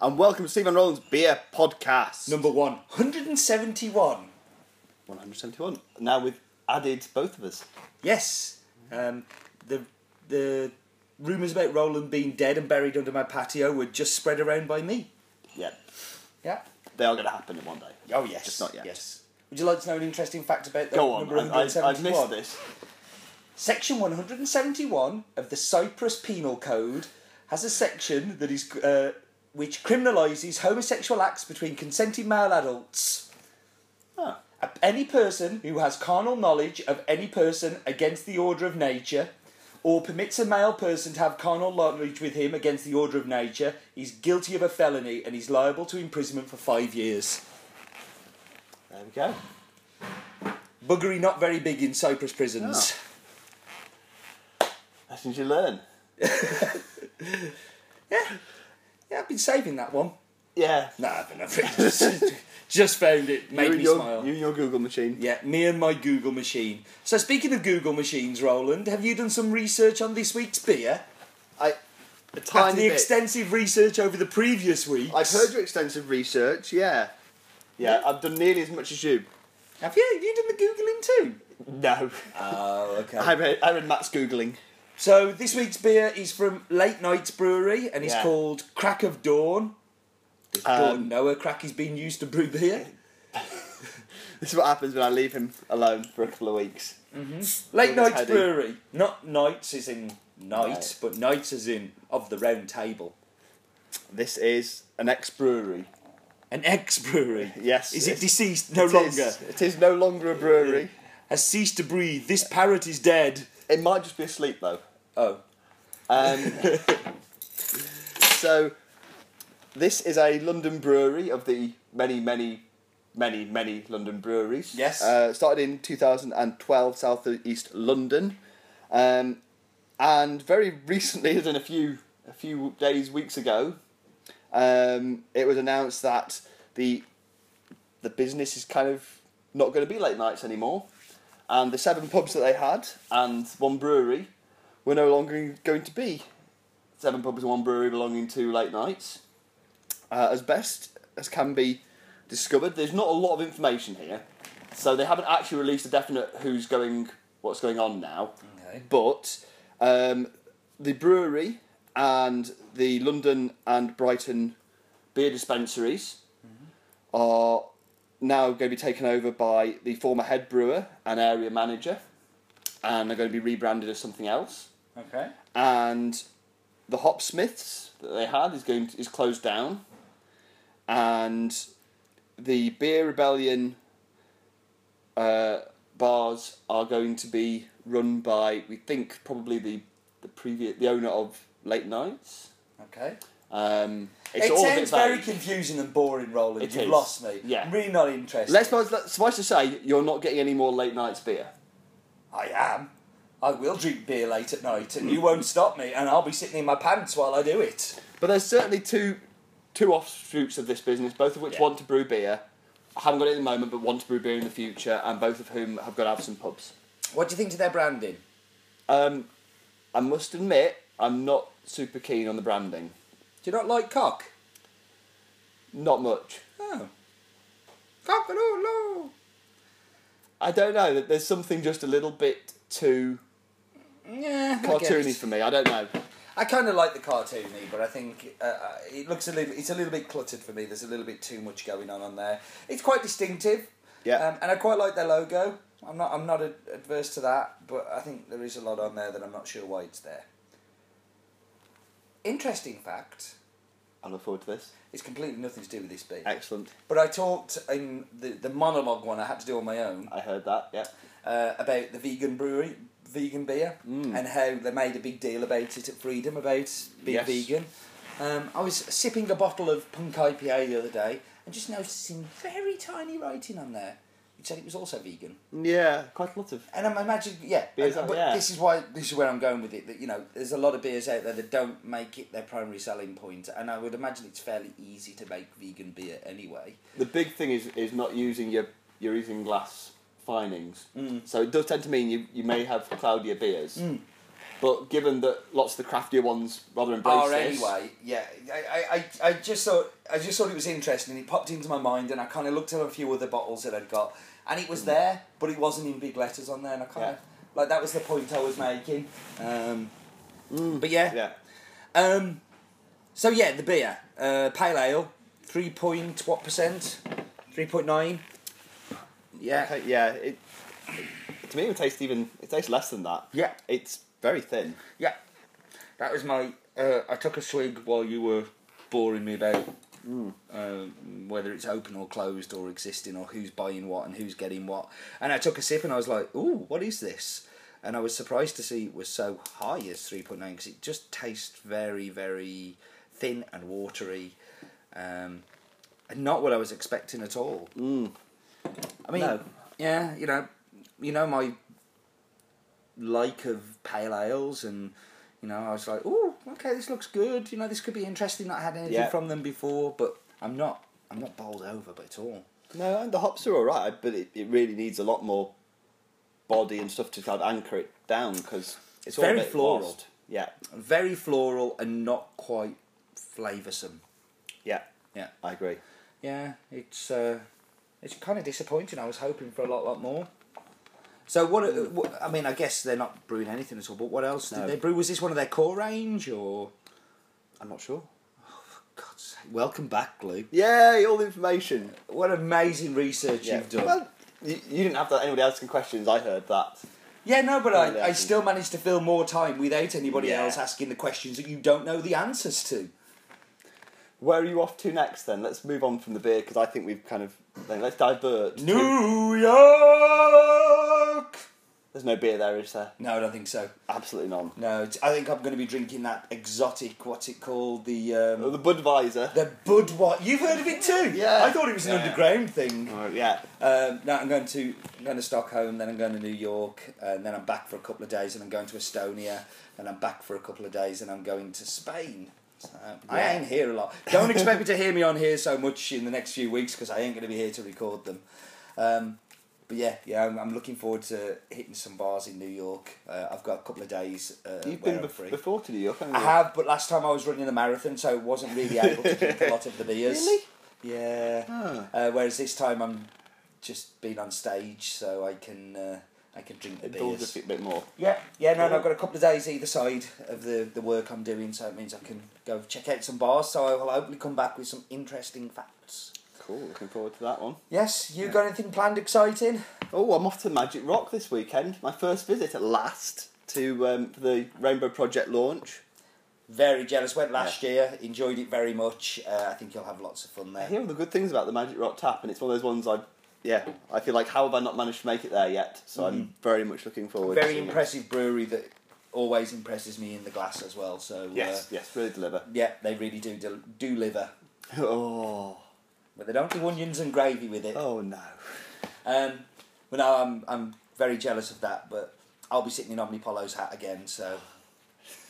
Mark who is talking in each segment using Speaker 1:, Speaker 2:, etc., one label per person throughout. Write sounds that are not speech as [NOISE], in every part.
Speaker 1: and welcome to Stephen Rowland's Beer Podcast.
Speaker 2: Number one, 171.
Speaker 1: 171. Now we've added both of us.
Speaker 2: Yes. Um, the the rumours about Roland being dead and buried under my patio were just spread around by me.
Speaker 1: Yeah.
Speaker 2: Yeah.
Speaker 1: They are going to happen in one day.
Speaker 2: Oh, yes.
Speaker 1: Just not yet.
Speaker 2: Yes. Would you like to know an interesting fact about that
Speaker 1: Go on.
Speaker 2: number
Speaker 1: I, I, I've
Speaker 2: 171?
Speaker 1: missed this.
Speaker 2: Section 171 of the Cyprus Penal Code has a section that is uh, which criminalises homosexual acts between consenting male adults.
Speaker 1: Ah.
Speaker 2: A- Any person who has carnal knowledge of any person against the order of nature, or permits a male person to have carnal knowledge with him against the order of nature, is guilty of a felony and is liable to imprisonment for five years.
Speaker 1: There we go.
Speaker 2: Buggery not very big in Cyprus prisons.
Speaker 1: Lessons you learn.
Speaker 2: Yeah, yeah, I've been saving that one.
Speaker 1: Yeah.
Speaker 2: Nah, I've been just, [LAUGHS] just found it, made
Speaker 1: you
Speaker 2: me
Speaker 1: and your,
Speaker 2: smile.
Speaker 1: You and your Google machine.
Speaker 2: Yeah, me and my Google machine. So speaking of Google machines, Roland, have you done some research on this week's beer?
Speaker 1: I, a
Speaker 2: After
Speaker 1: tiny
Speaker 2: the
Speaker 1: bit.
Speaker 2: extensive research over the previous week.
Speaker 1: I've heard your extensive research, yeah. yeah.
Speaker 2: Yeah.
Speaker 1: I've done nearly as much as you.
Speaker 2: Have you? Have you done the googling too?
Speaker 1: No.
Speaker 2: Oh, okay.
Speaker 1: [LAUGHS] I read, I read Matt's Googling. [LAUGHS]
Speaker 2: So this week's beer is from Late Nights Brewery and it's
Speaker 1: Yeah.
Speaker 2: called Crack of Dawn. Does
Speaker 1: Um,
Speaker 2: Dawn know a crack is being used to brew beer?
Speaker 1: This is what happens when I leave him alone for a couple of weeks.
Speaker 2: Late
Speaker 1: Dawn's
Speaker 2: Nights
Speaker 1: heady.
Speaker 2: Brewery. Not nights as in night,
Speaker 1: Right.
Speaker 2: but nights as in of the round table.
Speaker 1: This is an ex brewery.
Speaker 2: An ex-brewery.
Speaker 1: [LAUGHS] Yes.
Speaker 2: Is it
Speaker 1: it-
Speaker 2: deceased no
Speaker 1: it
Speaker 2: longer?
Speaker 1: is- it is no longer a brewery.
Speaker 2: Has ceased to breathe. This parrot is dead.
Speaker 1: It might just be asleep though.
Speaker 2: Oh. [LAUGHS]
Speaker 1: Um, so, this is a London brewery of the many, many, many, many London breweries.
Speaker 2: Yes.
Speaker 1: Uh, started in 2012, south east London, um, and very recently, [LAUGHS] as in a few a few days, weeks ago, um, it was announced that the the business is kind of not going to be late nights anymore, and the seven pubs that they had and one brewery were no longer going to be seven pubs and one brewery belonging to late nights. Uh, as best as can be discovered, there's not a lot of information here, so they haven't actually released a definite who's going, what's going on now.
Speaker 2: Okay.
Speaker 1: But um, the brewery and the London and Brighton beer dispensaries are now going to be taken over by the former head brewer and area manager, and are going to be rebranded as something else.
Speaker 2: Okay.
Speaker 1: And the Hopsmiths that they had is going to, is closed down, and the Beer Rebellion uh, bars are going to be run by we think probably the the previous the owner of Late Nights.
Speaker 2: Okay.
Speaker 1: Um, it's
Speaker 2: It
Speaker 1: all a bit
Speaker 2: sounds very
Speaker 1: vague.
Speaker 2: confusing and boring, Roland.
Speaker 1: It
Speaker 2: You've
Speaker 1: is.
Speaker 2: lost me.
Speaker 1: Yeah.
Speaker 2: I'm really not interested.
Speaker 1: Let's let's- suffice to say, you're not getting any more late nights beer.
Speaker 2: I am. I will drink beer late at night, and you won't stop me, and I'll be sitting in my pants while I do it.
Speaker 1: But there's certainly two two offshoots of this business, both of which
Speaker 2: Yeah.
Speaker 1: want to brew beer. I haven't got it at the moment, but want to brew beer in the future, and both of whom have got to have some pubs.
Speaker 2: What do you think to their branding?
Speaker 1: Um, I must admit, I'm not super keen on the branding.
Speaker 2: Do you not like cock?
Speaker 1: Not much.
Speaker 2: Oh. Cock and all,
Speaker 1: I don't know. that There's something just a little bit too
Speaker 2: no. Yeah. I Um, get
Speaker 1: cartoony
Speaker 2: it.
Speaker 1: for me. I don't know.
Speaker 2: I kind of like the cartoony, but I think uh, uh, it looks a little. It's a little bit cluttered for me. There's a little bit too much going on on there. It's quite distinctive.
Speaker 1: Yeah.
Speaker 2: Um, and I quite like their logo. I'm not. I'm not ad- adverse to that, but I think there is a lot on there that I'm not sure why it's there. Interesting fact.
Speaker 1: I look forward to this.
Speaker 2: It's completely nothing to do with this beer.
Speaker 1: Excellent.
Speaker 2: But I talked in the, the monologue one I had to do on my own
Speaker 1: I heard that. Yeah.
Speaker 2: uh, about the vegan brewery, vegan beer,
Speaker 1: Mm.
Speaker 2: and how they made a big deal about it at Freedom about being
Speaker 1: Yes.
Speaker 2: vegan. Um, I was sipping a bottle of Punk IPA the other day and just noticing very tiny writing on there which said it was also vegan.
Speaker 1: Yeah. Quite a lot of.
Speaker 2: And I'm imagining, yeah,
Speaker 1: Beers
Speaker 2: and-
Speaker 1: are-
Speaker 2: but
Speaker 1: yeah.
Speaker 2: this is why this is where I'm going with it. That you know, there's a lot of beers out there that don't make it their primary selling point, and I would imagine it's fairly easy to make vegan beer anyway.
Speaker 1: The big thing is is not using your your using glass finings. So it does tend to mean you, you may have cloudier beers. But given that lots of the craftier ones rather embrace
Speaker 2: are
Speaker 1: this,
Speaker 2: anyway. Yeah, I, I, I, I just thought I just thought it was interesting. It popped into my mind, and I kind of looked at a few other bottles that I'd got, and it
Speaker 1: Mm.
Speaker 2: was there, but it wasn't in big letters on there, and I kind of like that was the point I was making. Um,
Speaker 1: Mm.
Speaker 2: But yeah,
Speaker 1: yeah,
Speaker 2: Um, so yeah, the beer, uh, pale ale, three point what percent? Three point nine. Yeah.
Speaker 1: Okay, yeah. It, to me, it would taste even. It tastes less than that.
Speaker 2: Yeah.
Speaker 1: It's very thin.
Speaker 2: Yeah, that was my. Uh, I took a swig while you were boring me about um, whether it's open or closed or existing or who's buying what and who's getting what. And I took a sip and I was like, "Ooh, what is this?" And I was surprised to see it was so high as three point nine because it just tastes very, very thin and watery, um, and not what I was expecting at all. I mean,
Speaker 1: No.
Speaker 2: yeah, you know, you know my like of pale ales, and you know, I was like, oh, okay, this looks good. You know, this could be interesting. Not had anything
Speaker 1: Yeah.
Speaker 2: from them before, but I'm not, I'm not bowled over by at all.
Speaker 1: No, and the hops are all right, but it, it really needs a lot more body and stuff to kind of anchor it down because it's all a
Speaker 2: Very
Speaker 1: bit
Speaker 2: floral.
Speaker 1: lost. Yeah,
Speaker 2: Very floral and not quite flavoursome.
Speaker 1: yeah,
Speaker 2: Yeah,
Speaker 1: I agree.
Speaker 2: yeah, it's uh, it's kind of disappointing. I was hoping for a lot, lot more. So what, what? I mean, I guess they're not brewing anything at all. But what else
Speaker 1: Mm. No.
Speaker 2: did they brew? Was this one of their core range or?
Speaker 1: I'm not sure.
Speaker 2: God's sake. Welcome back, Lou.
Speaker 1: Yay! All the information.
Speaker 2: What amazing research
Speaker 1: Yeah.
Speaker 2: you've done.
Speaker 1: Well, you, you didn't have that. Anybody asking questions? I heard that.
Speaker 2: yeah, no, but
Speaker 1: Well,
Speaker 2: I,
Speaker 1: yeah.
Speaker 2: I still managed to fill more time without anybody
Speaker 1: Yeah.
Speaker 2: else asking the questions that you don't know the answers to.
Speaker 1: Where are you off to next? Then let's move on from the beer because I think we've kind of then let's divert. to-
Speaker 2: New York!
Speaker 1: There's no beer there, is there?
Speaker 2: No, I don't think so.
Speaker 1: Absolutely none.
Speaker 2: No, it's- I think I'm going to be drinking that exotic, what's it called? The um,
Speaker 1: Uh, The Budweiser.
Speaker 2: the Budweiser. You've heard of it too?
Speaker 1: Yeah.
Speaker 2: I thought it was an
Speaker 1: Yeah.
Speaker 2: underground thing.
Speaker 1: Oh, yeah.
Speaker 2: Um, now I'm going to I'm going to Stockholm, then I'm going to New York, and then I'm back for a couple of days, and I'm going to Estonia, and I'm back for a couple of days, and I'm going to Spain. So I
Speaker 1: Yeah.
Speaker 2: ain't here a lot. Don't expect me to hear me on here so much in the next few weeks because I ain't going to be here to record them. Um, but yeah, yeah, I'm, I'm looking forward to hitting some bars in New York. Uh, I've got a couple of days. Uh,
Speaker 1: You've
Speaker 2: where
Speaker 1: been
Speaker 2: I'm
Speaker 1: bef-
Speaker 2: free.
Speaker 1: before to New York, haven't you?
Speaker 2: I have, but last time I was running a marathon, so I wasn't really able to drink a lot of the beers.
Speaker 1: Really?
Speaker 2: Yeah.
Speaker 1: Ah.
Speaker 2: Uh, whereas this time I'm just been on stage, so I can uh, I can drink the
Speaker 1: Indulge
Speaker 2: beers.
Speaker 1: a bit- bit more.
Speaker 2: Yeah, yeah, no, no, I've got a couple of days either side of the, the work I'm doing, so it means I can go check out some bars. So I will hopefully come back with some interesting facts.
Speaker 1: Cool. Looking forward to that one.
Speaker 2: Yes, you got anything planned exciting?
Speaker 1: Oh, I'm off to Magic Rock this weekend. My first visit at last to um, for the Rainbow Project launch.
Speaker 2: Very jealous. Went last year, enjoyed it very much. Uh, I think you'll have lots of fun
Speaker 1: I
Speaker 2: there.
Speaker 1: hear all the good things about the Magic Rock tap, and it's one of those ones I, yeah, I feel like how have I not managed to make it there yet? So I'm very much looking forward. to
Speaker 2: Mm-hmm. Very
Speaker 1: seeing it.
Speaker 2: impressive brewery that always impresses me in the glass as well. So
Speaker 1: Yes,
Speaker 2: uh,
Speaker 1: yes, really deliver.
Speaker 2: yeah, they really do del- do liver,
Speaker 1: [LAUGHS] Oh,
Speaker 2: but they don't do onions and gravy with it.
Speaker 1: oh no. [LAUGHS]
Speaker 2: Um, but no, I'm I'm very jealous of that. But I'll be sitting in Omnipolo's hat again. So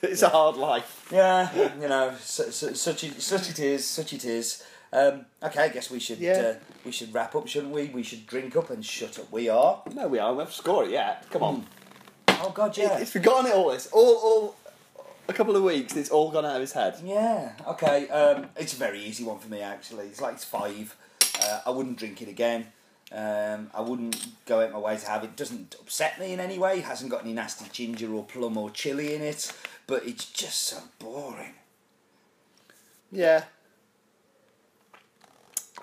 Speaker 1: It's a hard life.
Speaker 2: yeah, you know, su- su- such it, such it is, such it is. Um, okay, I guess we should
Speaker 1: Yeah.
Speaker 2: uh, we should wrap up, shouldn't we? We should drink up and shut up. We are.
Speaker 1: No, we are. We haven't scored it yet. Come on.
Speaker 2: Oh God,
Speaker 1: It-
Speaker 2: yeah.
Speaker 1: It's forgotten it all this. All, all, a couple of weeks, and it's all gone out of his head.
Speaker 2: Yeah. Okay. Um, it's a very easy one for me actually. It's like it's five. Uh, I wouldn't drink it again. Um, I wouldn't go out my way to have it. Doesn't upset me in any way. Hasn't got any nasty ginger or plum or chili in it. But it's just so boring.
Speaker 1: Yeah.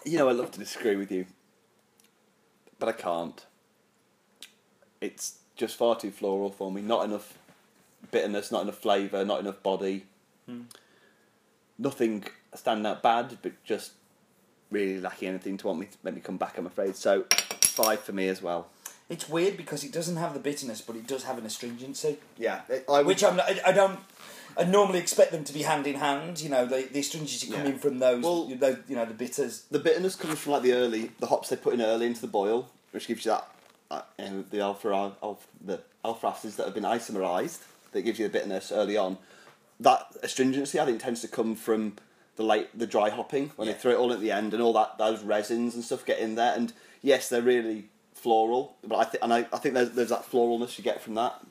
Speaker 1: You know, I love to disagree with you, but I can't. It's just far too floral for me. Not enough bitterness, not enough flavour, not enough body. Nothing standing out bad, but just really lacking anything to want me to make me come back. I'm afraid. So five for me as well.
Speaker 2: It's weird because it doesn't have the bitterness, but it does have an astringency,
Speaker 1: Yeah, I would.
Speaker 2: which I'm not, I, I don't. I normally expect them to be hand in hand. You know, the, the astringency
Speaker 1: Yeah.
Speaker 2: coming from those,
Speaker 1: Well-
Speaker 2: you know, you know, the bitters.
Speaker 1: the bitterness comes from like the early the hops they put in early into the boil, which gives you that uh, um, the alpha alpha the alpha acids that have been isomerized that gives you the bitterness early on. That astringency I think tends to come from the late the dry hopping when
Speaker 2: Yeah.
Speaker 1: they throw it all at the end and all that those resins and stuff get in there and yes they're really floral but I think and I, I think there's, there's that floralness you get from that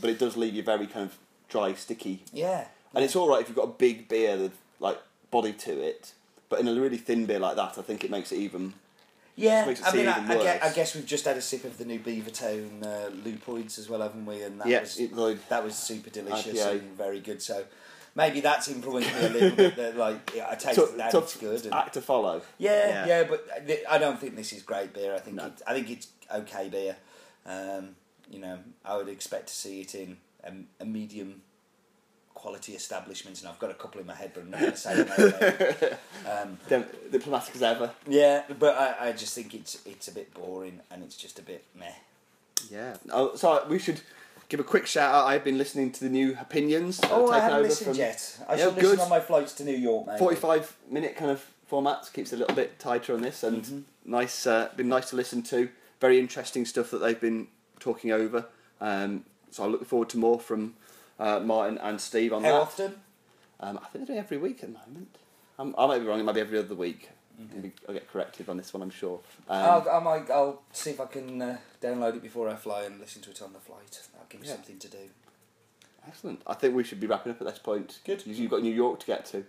Speaker 1: but it does leave you very kind of dry, sticky.
Speaker 2: Yeah.
Speaker 1: And it's all right if you've got a big beer with like body to it, but in a really thin beer like that, I think it makes it even.
Speaker 2: Yeah,
Speaker 1: makes it
Speaker 2: I
Speaker 1: seem
Speaker 2: mean, I,
Speaker 1: even
Speaker 2: I, guess,
Speaker 1: worse.
Speaker 2: I guess we've just had a sip of the new Beavertown uh, Lupoids as well, haven't we? And that
Speaker 1: Yeah,
Speaker 2: was
Speaker 1: it Lloyd.
Speaker 2: that was super delicious
Speaker 1: IPA.
Speaker 2: and very good. So maybe that's influenced me a little bit. That like yeah, I taste
Speaker 1: Tough,
Speaker 2: that
Speaker 1: tough
Speaker 2: it's good. And,
Speaker 1: act to follow.
Speaker 2: yeah, yeah,
Speaker 1: Yeah.
Speaker 2: but th- I don't think this is great beer. I think it, I think it's okay beer. Um, you know, I would expect to see it in a, a medium quality establishment, and I've got a couple in my head, but I'm not going to say them. out
Speaker 1: [LAUGHS]
Speaker 2: loud.
Speaker 1: Dem- diplomatic as ever.
Speaker 2: Yeah, but I, I just think it's it's a bit boring and it's just a bit meh.
Speaker 1: Yeah. Oh, so we should give a quick shout out. I've been listening to the new opinions. uh,
Speaker 2: Oh, I
Speaker 1: taken
Speaker 2: haven't
Speaker 1: over
Speaker 2: listened
Speaker 1: from
Speaker 2: yet. I
Speaker 1: Yeah,
Speaker 2: should listen
Speaker 1: good.
Speaker 2: on my flights to New York, mate.
Speaker 1: 45 minute kind of format keeps it a little bit tighter on this
Speaker 2: Mm-hmm.
Speaker 1: and nice uh, been nice to listen to very interesting stuff that they've been talking over um, so i look forward to more from uh, martin and steve on
Speaker 2: How
Speaker 1: that
Speaker 2: often?
Speaker 1: um, i think they're doing every week at the moment um, i might be wrong it might be every other week
Speaker 2: Mm-hmm.
Speaker 1: Maybe I'll get corrected on this one, I'm sure. Um,
Speaker 2: I'll, I might, I'll see if I can uh, download it before I fly and listen to it on the flight. That'll give me
Speaker 1: Yeah.
Speaker 2: something to do.
Speaker 1: excellent. I think we should be wrapping up at this point.
Speaker 2: Good. Mm.
Speaker 1: You- You've got New York to get to.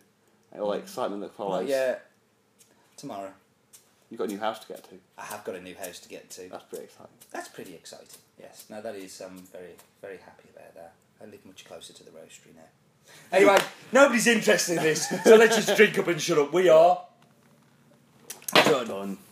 Speaker 1: and All the excitement that follows.
Speaker 2: Not yet. Tomorrow.
Speaker 1: You've got a new house to get to.
Speaker 2: I have got a new house to get to.
Speaker 1: That's pretty exciting.
Speaker 2: That's pretty exciting. Yes. No, that is. I'm very, very happy about that. I live much closer to the roastery now. Anyway, nobody's interested in this, so let's just drink up and shut up. We are done.
Speaker 1: Done.